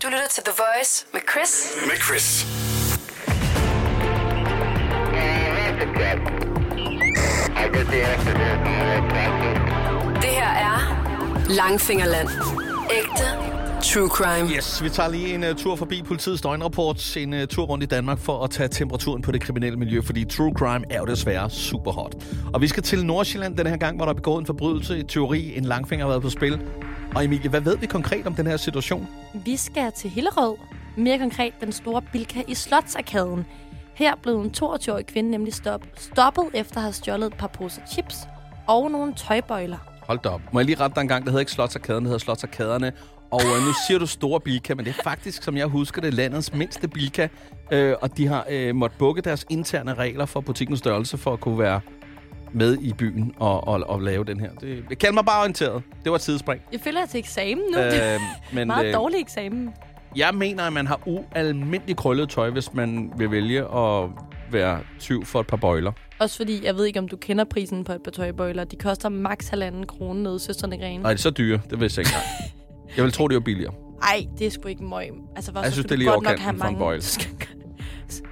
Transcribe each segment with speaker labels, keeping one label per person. Speaker 1: Du lytter til The Voice med Chris.
Speaker 2: Med Chris.
Speaker 1: Det her er Langfingerland. Ægte true crime.
Speaker 3: Yes, vi tager lige en uh, tur forbi politiets døgnrapport, en uh, tur rundt i Danmark for at tage temperaturen på det kriminelle miljø, fordi true crime er jo desværre super hot. Og vi skal til Nordsjælland den her gang, hvor der er begået en forbrydelse, et teori, en langfinger har været på spil. Og Emilie, hvad ved vi konkret om den her situation?
Speaker 4: Vi skal til Hillerød, mere konkret den store Bilka i Slotsarkaden. Her blev en 22-årig kvinde nemlig stop, stoppet efter at have stjålet et par poser chips og nogle tøjbøjler.
Speaker 3: Hold da op. Må jeg lige rette dig en gang, det hedder ikke Slotsarkaden, det hedder Slotsarkaderne. Og øh, nu siger du store Bilka, men det er faktisk, som jeg husker det, landets mindste Bilka. Øh, og de har øh, måttet bukke deres interne regler for butikkens størrelse for at kunne være med i byen og, og, og lave den her. Det, kald mig bare orienteret. Det var et sidespring.
Speaker 4: Jeg føler jeg til eksamen nu. Øh, det er
Speaker 3: Øh, men,
Speaker 4: en meget dårlig eksamen.
Speaker 3: Jeg mener, at man har ualmindelig krøllet tøj, hvis man vil vælge at være tyv for et par bøjler.
Speaker 4: Også fordi, jeg ved ikke, om du kender prisen på et par tøjbøjler. De koster maks halvanden krone nede i søsterne Grene.
Speaker 3: Nej, det er så dyre. Det vidste jeg ikke engang. Jeg vil tro, det var billigere.
Speaker 4: Ej, det er sgu ikke møg. Altså, hvor
Speaker 3: Jeg synes,
Speaker 4: skulle
Speaker 3: det er
Speaker 4: du
Speaker 3: lige
Speaker 4: godt nok
Speaker 3: overkanten
Speaker 4: have
Speaker 3: for en
Speaker 4: mange-
Speaker 3: bøjle.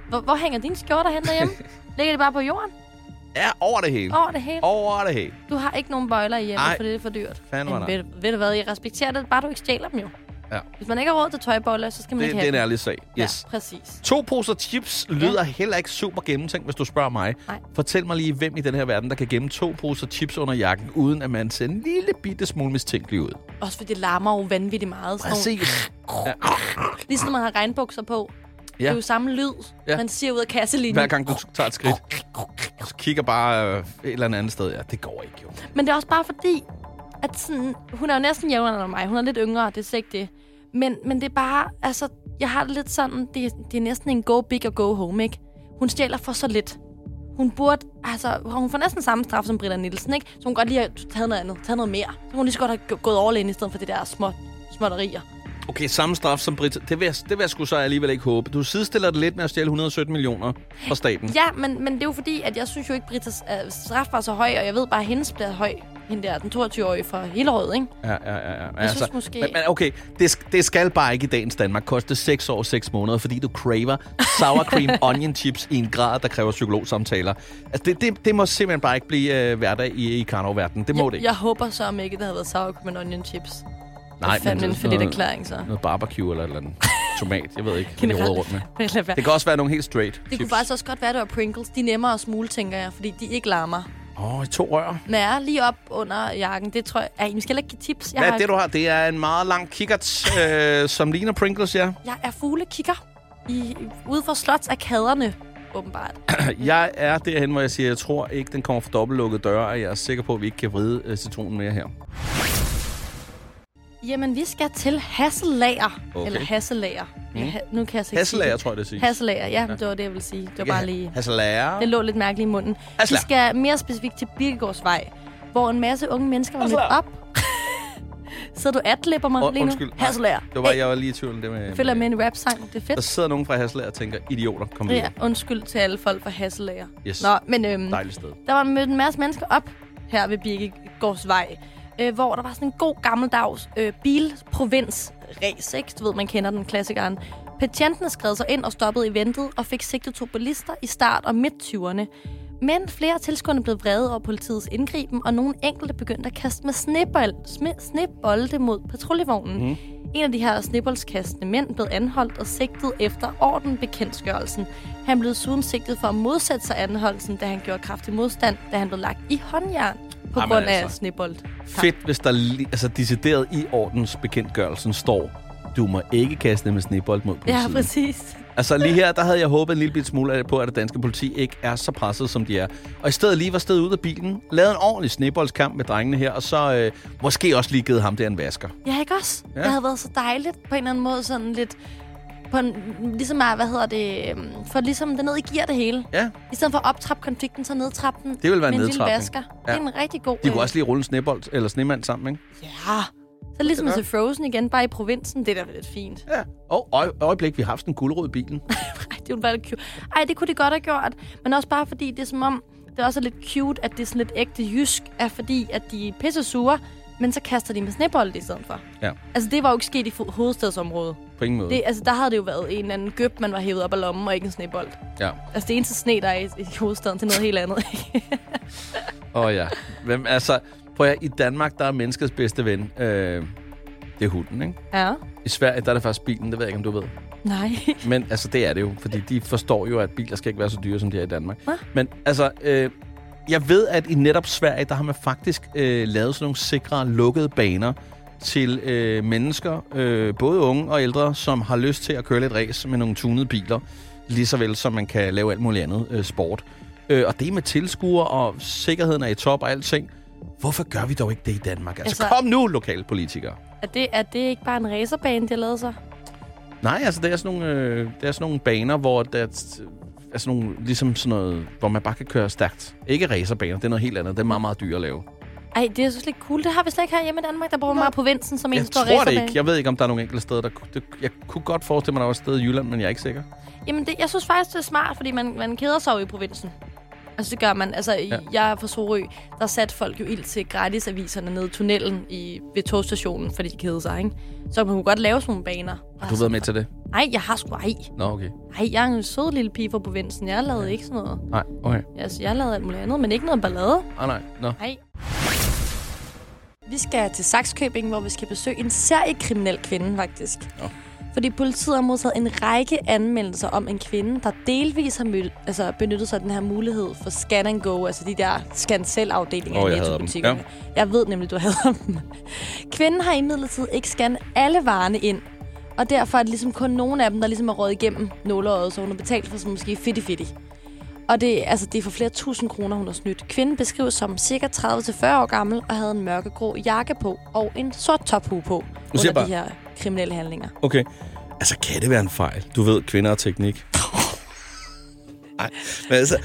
Speaker 4: hvor, hvor hænger dine skjorter hen derhjemme? Ligger de bare på jorden?
Speaker 3: Ja, over det hele.
Speaker 4: Over det hele?
Speaker 3: Over det hele.
Speaker 4: Du har ikke nogen bøjler i hjemmet,
Speaker 3: Ej.
Speaker 4: for det er for dyrt.
Speaker 3: Fanden var
Speaker 4: Men
Speaker 3: nej.
Speaker 4: ved, ved du hvad, jeg respekterer det, bare du ikke stjæler dem jo.
Speaker 3: Ja.
Speaker 4: Hvis man ikke har råd til tøjboller, så skal man
Speaker 3: Det,
Speaker 4: ikke
Speaker 3: det er
Speaker 4: have
Speaker 3: en
Speaker 4: dem.
Speaker 3: ærlig sag. Yes.
Speaker 4: Ja, præcis.
Speaker 3: To poser chips lyder heller ikke super gennemtænkt, hvis du spørger mig.
Speaker 4: Nej.
Speaker 3: Fortæl mig lige, hvem i den her verden, der kan gemme to poser chips under jakken, uden at man ser en lille bitte smule mistænkelig ud.
Speaker 4: Også fordi det larmer jo vanvittigt meget. Sådan nogle-
Speaker 3: Præcis.
Speaker 4: Ligesom når man har regnbukser på. Det er jo samme lyd,
Speaker 3: Ja.
Speaker 4: man siger ud af kasselinjen.
Speaker 3: Hver gang du tager et skridt, så kigger bare øh, et eller andet andet sted. Ja, det går ikke jo.
Speaker 4: Men det er også bare fordi, at sådan, hun er jo næsten jævnere end mig. Hun er lidt yngre, det er slet ikke det. Men, men det er bare, altså, jeg har det lidt sådan, det, det er næsten en go big og go home, ikke? Hun stjæler for så lidt. Hun burde, altså, hun får næsten samme straf som Britta Nielsen, ikke? Så hun kunne godt lige have taget noget andet, taget noget mere. Så kunne hun lige så godt have gå- gået all in, i stedet for det der små, småtterier.
Speaker 3: Okay, samme straf som Britta. Det vil, jeg, det vil jeg sgu så alligevel ikke håbe. Du sidestiller det lidt med at stjæle 117 millioner fra staten.
Speaker 4: Ja, men, men det er jo fordi, at jeg synes jo ikke, Britas øh, straf var så høj, og jeg ved bare, at hendes bliver høj. Hende der, den 22-årige fra Hillerød, ikke?
Speaker 3: Ja, ja, ja. ja.
Speaker 4: Jeg synes måske-
Speaker 3: Men, men okay, det, sk- det skal bare ikke i dagens Danmark koste 6 år 6 måneder, fordi du craver sour cream onion chips i en grad, der kræver psykologsamtaler. Altså, det, det, det må simpelthen bare ikke blive øh, hverdag i, i karnoverdenen. Det må det
Speaker 4: jeg,
Speaker 3: ikke.
Speaker 4: jeg håber så om ikke, det havde været sour cream and onion chips.
Speaker 3: Nej,
Speaker 4: Nej, det er fandme en
Speaker 3: sådan
Speaker 4: fedt
Speaker 3: noget-
Speaker 4: erklæring, så.
Speaker 3: Noget barbecue eller et eller andet. Tomat, jeg ved ikke, hvad de
Speaker 4: Generelt.
Speaker 3: råder rundt med.
Speaker 4: Men lad være.
Speaker 3: Det kan også være nogle helt straight
Speaker 4: Det kunne
Speaker 3: chips.
Speaker 4: faktisk også godt være, at det var Pringles. De er nemmere at smule, tænker jeg, fordi de ikke larmer.
Speaker 3: Åh, oh, to rør.
Speaker 4: Men jeg er lige op under jakken. Det tror jeg... Ej, vi skal heller ikke give tips. Jeg,
Speaker 3: Hvad er
Speaker 4: har...
Speaker 3: det, du har? Det er en meget lang kikkert, øh, som ligner Pringles, ja.
Speaker 4: jeg er fuglekikker i... ude for slots af kaderne, åbenbart.
Speaker 3: Jeg er derhen, hvor jeg siger, jeg tror ikke, den kommer fra dobbeltlukkede døre, og jeg er sikker på, at vi ikke kan vride øh, citronen mere her.
Speaker 4: Jamen, vi skal til Hasselager.
Speaker 3: Okay.
Speaker 4: Okay. Eller Hasselager. Mm. Ja, ha- nu kan jeg så ikke
Speaker 3: Hasselager,
Speaker 4: sige
Speaker 3: tror jeg, det siger.
Speaker 4: det. Hasselager, ja, det var det, jeg ville sige. Det var bare lige...
Speaker 3: Hasselager.
Speaker 4: Det lå lidt mærkeligt i munden.
Speaker 3: Hasselager.
Speaker 4: Vi skal mere specifikt til Birkegårdsvej, hvor en masse unge mennesker var mødt op. Sidder du atlæber mig
Speaker 3: Åh,
Speaker 4: lige nu?
Speaker 3: undskyld. Nej,
Speaker 4: Hasselager.
Speaker 3: Det var, jeg var lige i tvivl om det med...
Speaker 4: følger med en rap-sang. Det er
Speaker 3: Der
Speaker 4: fedt.
Speaker 3: sidder nogen fra Hasselager og tænker, idioter, kom videre.
Speaker 4: Ja, undskyld til alle folk fra Hasselager.
Speaker 3: Yes.
Speaker 4: Nå, men øhm,
Speaker 3: Dejligt sted.
Speaker 4: der var mødt en masse mennesker op her ved Birkegårdsvej, øh, hvor der var sådan en god gammeldags øh, bilprovins race, ikke? Du ved, man kender den klassikeren. Patienten skred sig ind og stoppede eventet og fik sigtet to bilister i start- og midt-20'erne. Men flere af tilskuerne blev vrede over politiets indgriben, og nogle enkelte begyndte at kaste med snebold, smi- snebolde mod patruljevognen.
Speaker 3: Mhm.
Speaker 4: Mm. En af de her sneboldskastende mænd blev anholdt og sigtet efter ordenbekendtgørelsen. Han blev desuden sigtet for at modsætte sig anholdelsen, da han gjorde kraftig modstand, da han blev lagt i håndjern på
Speaker 3: Jamen
Speaker 4: Jamen grund af
Speaker 3: altså.
Speaker 4: altså. snebold.
Speaker 3: Fedt, hvis der li- altså, decideret i ordensbekendtgørelsen står, du må ikke kaste med snebold mod
Speaker 4: Ja,
Speaker 3: politiet.
Speaker 4: præcis.
Speaker 3: Altså lige her, der havde jeg håbet en lille bit smule af- på, at det danske politi ikke er så presset, som de er. Og i stedet lige var stedet ud af bilen, lavede en ordentlig sneboldskamp med drengene her, og så øh, måske også lige givet ham der en vasker.
Speaker 4: Ja, ikke også?
Speaker 3: Ja.
Speaker 4: Ja. Det havde været så dejligt på en eller anden måde, sådan lidt på en, ligesom, er, hvad hedder det, øhm, for ligesom det ned i gear det hele.
Speaker 3: Ja,
Speaker 4: I stedet for at optrappe konflikten, så nedtrappe den
Speaker 3: det ville være
Speaker 4: med
Speaker 3: en
Speaker 4: en lille
Speaker 3: nedtrapning.
Speaker 4: vasker. Ja.
Speaker 3: Ja.
Speaker 4: Det er en rigtig god...
Speaker 3: De kunne
Speaker 4: øh,
Speaker 3: også lige rulle en snebold eller snemand sammen, ikke?
Speaker 4: Ja. Så ligesom at se Frozen igen, bare i provinsen. Det er da lidt fint.
Speaker 3: Ja. Og øje- øjeblik, vi har haft sådan en guldrød i bilen.
Speaker 4: Ej, det ville være lidt cute. Ej, det kunne det godt have gjort. Men også bare fordi, det er som om, det er også lidt cute, at det er sådan lidt ægte jysk, er fordi, at de er pisse sure, Men så kaster de med snebolde i stedet for.
Speaker 3: Ja.
Speaker 4: Altså, det var jo ikke sket i fo- hovedstadsområdet.
Speaker 3: På ingen måde.
Speaker 4: Det, altså, der havde det jo været en eller anden gøb, man var hævet op af lommen, og ikke en snebold.
Speaker 3: Ja.
Speaker 4: Altså, det eneste sne, der er i, i hovedstaden, det er noget helt andet. ikke?
Speaker 3: Åh oh, ja. Hvem, altså, prøv at, høre, i Danmark, der er menneskets bedste ven. Øh, det er hunden, ikke?
Speaker 4: ja.
Speaker 3: I Sverige, der er det faktisk bilen, det ved jeg ikke, om du ved.
Speaker 4: Nej.
Speaker 3: Men altså, det er det jo, fordi de forstår jo, at biler skal ikke være så dyre, som de er i Danmark.
Speaker 4: Hva?
Speaker 3: Men altså, øh, jeg ved, at i netop Sverige, der har man faktisk øh, lavet sådan nogle sikre, lukkede baner til øh, mennesker, øh, både unge og ældre, som har lyst til at køre lidt race med nogle tunede biler, lige så vel som man kan lave alt muligt andet øh, sport. Øh, og det er med tilskuer, og sikkerheden er i top og alting. Hvorfor gør vi dog ikke det i Danmark? Altså, altså
Speaker 4: Altså-
Speaker 3: kom nu, lokale politikere.
Speaker 4: Er det, er det ikke bare en racerbane, de har lavet sig?
Speaker 3: Nej, altså det er sådan nogle, øh, det er sådan nogle baner, hvor der er, er sådan nogle, ligesom sådan noget, hvor man bare kan køre stærkt. Ikke racerbaner, det er noget helt andet. Det er meget, meget dyrt at lave.
Speaker 4: Ej, det er så slet ikke cool. Det har vi slet ikke her hjemme i Danmark. Der bor meget på Vinsen, som en
Speaker 3: jeg
Speaker 4: stor
Speaker 3: tror det
Speaker 4: racerbane.
Speaker 3: ikke. Jeg ved ikke, om der er nogle enkelte steder, der... ku- Det, jeg kunne godt forestille mig, der var et sted i Jylland, men jeg er ikke sikker.
Speaker 4: Jamen, det, jeg synes faktisk, det er smart, fordi man, man keder sig jo i provinsen. Altså, det gør man. Altså, ja. jeg er fra Sorø. Der satte folk jo ild til gratisaviserne nede i tunnelen i, ved togstationen, fordi de kedede sig, ikke? Så man kunne godt lave sådan nogle baner.
Speaker 3: Har du været med til det?
Speaker 4: Nej, jeg har sgu ej.
Speaker 3: Nå, okay.
Speaker 4: Ej, jeg er en sød lille pige fra provinsen. Jeg lavede ikke sådan noget.
Speaker 3: Nej, okay.
Speaker 4: Altså, jeg lavede alt muligt andet, men ikke noget ballade.
Speaker 3: Ah, nej, nå.
Speaker 4: Nej. Vi skal til Saxkøbing, hvor vi skal besøge en seriekriminel kvinde, faktisk.
Speaker 3: Nå.
Speaker 4: Fordi politiet har modtaget en række anmeldelser om en kvinde, der delvis har mød, altså benyttet sig af den her mulighed for scan and go, altså de der scan selv afdelinger
Speaker 3: Åh,
Speaker 4: oh,
Speaker 3: jeg
Speaker 4: i
Speaker 3: hader dem.
Speaker 4: nettobutikkerne. Ja. Jeg ved nemlig, du havde dem. Kvinden har imidlertid ikke scannet alle varerne ind, og derfor er det ligesom kun nogle af dem, der ligesom er røget igennem nåleøjet, så hun har betalt for sådan måske fitti-fitti. Og det, altså, det er for flere tusind kroner, hun har snydt. Kvinden beskrives som cirka 30-40 år gammel og havde en mørkegrå jakke på og en sort tophue på
Speaker 3: siger
Speaker 4: under
Speaker 3: bare-
Speaker 4: de her kriminelle handlinger.
Speaker 3: Okay. Altså, kan det være en fejl? Du ved, kvinder og teknik. Nej, men altså...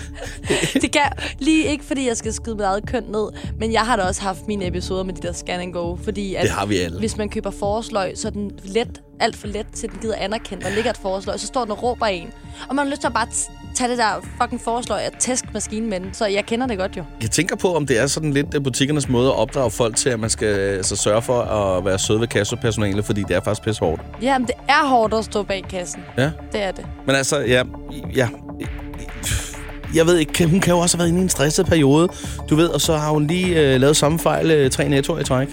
Speaker 4: Det kan lige ikke, fordi jeg skal skyde mit eget køn ned, men jeg har da også haft mine episoder med de der scan and go, fordi at
Speaker 3: Det har vi alle.
Speaker 4: hvis man køber forårsløg, så er den let, alt for let til, at den gider anerkende, der ligger et forårsløg, så står den og råber af en. Og man har lyst til at bare t- tage det der fucking forårsløg og tæsk maskinen med den, så jeg kender det godt jo.
Speaker 3: Jeg tænker på, om det er sådan lidt øh, butikkernes måde at opdrage folk til, at man skal altså, sørge for at være sød ved kassepersonalet, fordi det er faktisk pisse hårdt.
Speaker 4: Jamen, det er hårdt at stå bag kassen.
Speaker 3: Ja.
Speaker 4: Det er det.
Speaker 3: Men altså, ja, ja, jeg ved ikke, kan- hun kan jo også have været inde i en stresset periode, du ved, og så har hun lige øh, lavet samme fejl øh, tre nettoer i træk.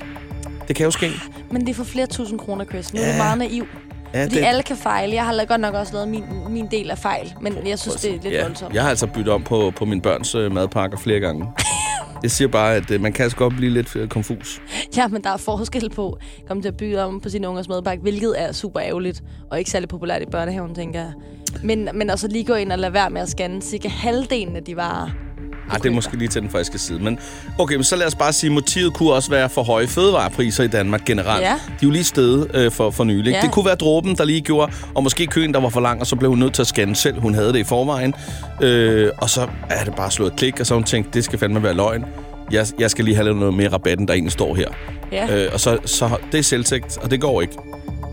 Speaker 3: Det kan jo ske.
Speaker 4: Men det er for flere tusind kroner, Chris. Nu er
Speaker 3: Ja.
Speaker 4: du meget naiv.
Speaker 3: Ja,
Speaker 4: Fordi alle kan fejle. Jeg har la- godt nok også lavet min, min del af fejl, men jeg synes, det er lidt
Speaker 3: ja,
Speaker 4: voldsomt.
Speaker 3: Jeg har altså byttet om på, på mine børns øh, madpakker flere gange. Jeg siger bare, at øh, man kan altså godt blive lidt øh, konfus.
Speaker 4: Ja, men der er forskel på at komme til at byde om på sin ungers madpakke, hvilket er super ærgerligt og ikke særlig populært i børnehaven, tænker jeg. Men, men også lige gå ind og lade være med at scanne cirka halvdelen af de varer.
Speaker 3: Ej, Ah, det er måske lige til den friske side. Men okay, men så lad os bare sige, at motivet kunne også være for høje fødevarepriser i Danmark generelt.
Speaker 4: Ja.
Speaker 3: De er jo lige stedet øh, for, for nylig. Ja.
Speaker 4: Ja.
Speaker 3: Det kunne være dråben, der lige gjorde, og måske køen, der var for lang, og så blev hun nødt til at scanne selv. Hun havde det i forvejen. Øh, og så er det bare slået et klik, og så har hun tænkt, det skal fandme være løgn. Jeg, jeg skal lige have lidt noget mere rabat, end der egentlig står her.
Speaker 4: Ja.
Speaker 3: Øh, og så, så det er selvtægt, og det går ikke.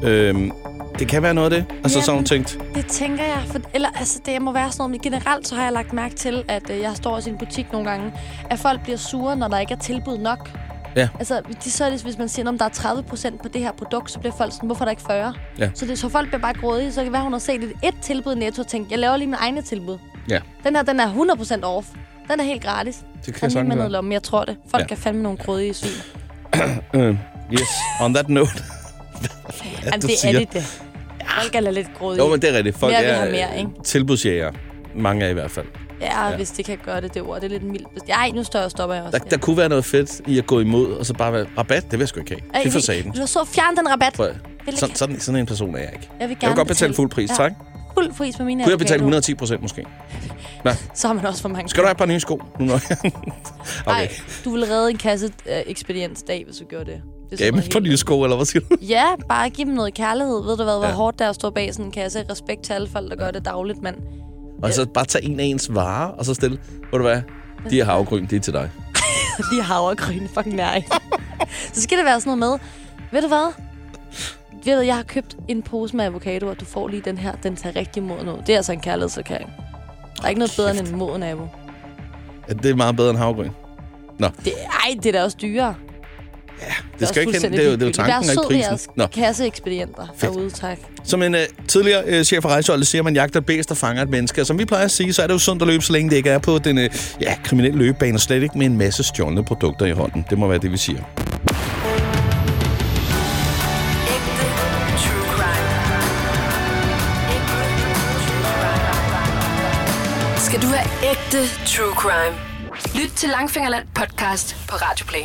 Speaker 3: Øh, det kan være noget af det. Og så, så har hun
Speaker 4: Jamen.
Speaker 3: tænkt,
Speaker 4: Det tænker jeg, for eller, altså, det må være sådan noget, men generelt så har jeg lagt mærke til, at øh, jeg står også i en butik nogle gange, at folk bliver sure, når der ikke er tilbud nok.
Speaker 3: Ja.
Speaker 4: Altså, de, så er det, hvis man siger, om der er 30 på det her produkt, så bliver folk sådan, hvorfor er der ikke 40?
Speaker 3: Ja.
Speaker 4: Så, det, så folk bliver bare grådige, så kan det være, hun har set et, et tilbud i netto og tænkt, jeg laver lige mine egne tilbud.
Speaker 3: ja,
Speaker 4: Den her, den er 100% off. Den er helt gratis.
Speaker 3: det kan
Speaker 4: Den
Speaker 3: jeg
Speaker 4: er lige
Speaker 3: sagtens
Speaker 4: med
Speaker 3: være.
Speaker 4: noget lomme, jeg tror det. Folk
Speaker 3: Ja.
Speaker 4: ja. kan fandme nogle grådige syn.
Speaker 3: Øh, yes, on that note. Hvad
Speaker 4: Jamen,
Speaker 3: du
Speaker 4: det er
Speaker 3: siger.
Speaker 4: det da. Folk er da lidt grådige.
Speaker 3: Jo, men det er rigtigt. Folk
Speaker 4: Mere vil
Speaker 3: er
Speaker 4: have mere, ikke?
Speaker 3: tilbudsjæger. Mange af i hvert fald.
Speaker 4: ja,
Speaker 3: ja.
Speaker 4: ja, hvis det kan gøre det, det ord. Det er lidt mildt. Ej, nu står jeg og stopper jeg også.
Speaker 3: Der, der kunne være noget fedt i at gå imod, og så bare være, rabat, det vil jeg sgu ikke
Speaker 4: Ej,
Speaker 3: have. Det er for saten.
Speaker 4: Du har så fjern den rabat.
Speaker 3: Prøv at-
Speaker 4: vil
Speaker 3: Sådan,
Speaker 4: ikke-
Speaker 3: sådan, sådan en person er jeg ikke.
Speaker 4: Jeg vil gerne
Speaker 3: Jeg vil godt betale fuld pris,
Speaker 4: ja,
Speaker 3: tak.
Speaker 4: Fuld pris på mine
Speaker 3: Kunne jeg betale
Speaker 4: avocadoer.
Speaker 3: 110 procent måske?
Speaker 4: Så har man også for mange.
Speaker 3: Skal du have et par nye sko? Nu når jeg... Okay.
Speaker 4: Nej, du ville redde en kasse øh, ekspediensdag, hvis du gjorde det. det er sådan
Speaker 3: Gav mig
Speaker 4: noget
Speaker 3: et par
Speaker 4: helt-
Speaker 3: nye sko, eller hvad siger du?
Speaker 4: Ja, bare give dem noget kærlighed. Ved du hvad, hvor
Speaker 3: Ja.
Speaker 4: ja. hårdt der er at stå bag sådan en kasse. Respekt til alle folk, der gør det dagligt, mand.
Speaker 3: Og så bare tage en af ens varer, og så stille, ved du hvad, de her havgryn, det er til dig.
Speaker 4: Fordi havregryn fucking nej. så skal det være sådan noget med, ved du hvad? Ved du, jeg har købt en pose med avocado, og du får lige den her. Den tager rigtig moden ud. Det er altså en kærlighedserklæring. Der er ikke noget bedre end en moden avo.
Speaker 3: Ja, det er meget bedre end havgryn.
Speaker 4: Det, ej, det er da også dyrere.
Speaker 3: Det
Speaker 4: også
Speaker 3: skal ikke hente,
Speaker 4: fuldstændig
Speaker 3: det er jo, det er jo
Speaker 4: ligegyldigt.
Speaker 3: tanken, og
Speaker 4: Vær
Speaker 3: ikke
Speaker 4: sød ved
Speaker 3: prisen.
Speaker 4: jeres
Speaker 3: Nå.
Speaker 4: kasseekspedienter derude, tak.
Speaker 3: Som en uh, tidligere uh, chef for rejseholdet siger, man jagter bæst og fanger et menneske. Og som vi plejer at sige, så er det jo sundt at løbe, så længe det ikke er på den uh, ja, kriminelle løbebane, og slet ikke med en masse stjålne produkter i hånden. Det må være det, vi siger.
Speaker 1: Ægte true crime. Ægte true crime. Skal du have ægte true crime? Lyt til Langfingerland podcast på Radio Play.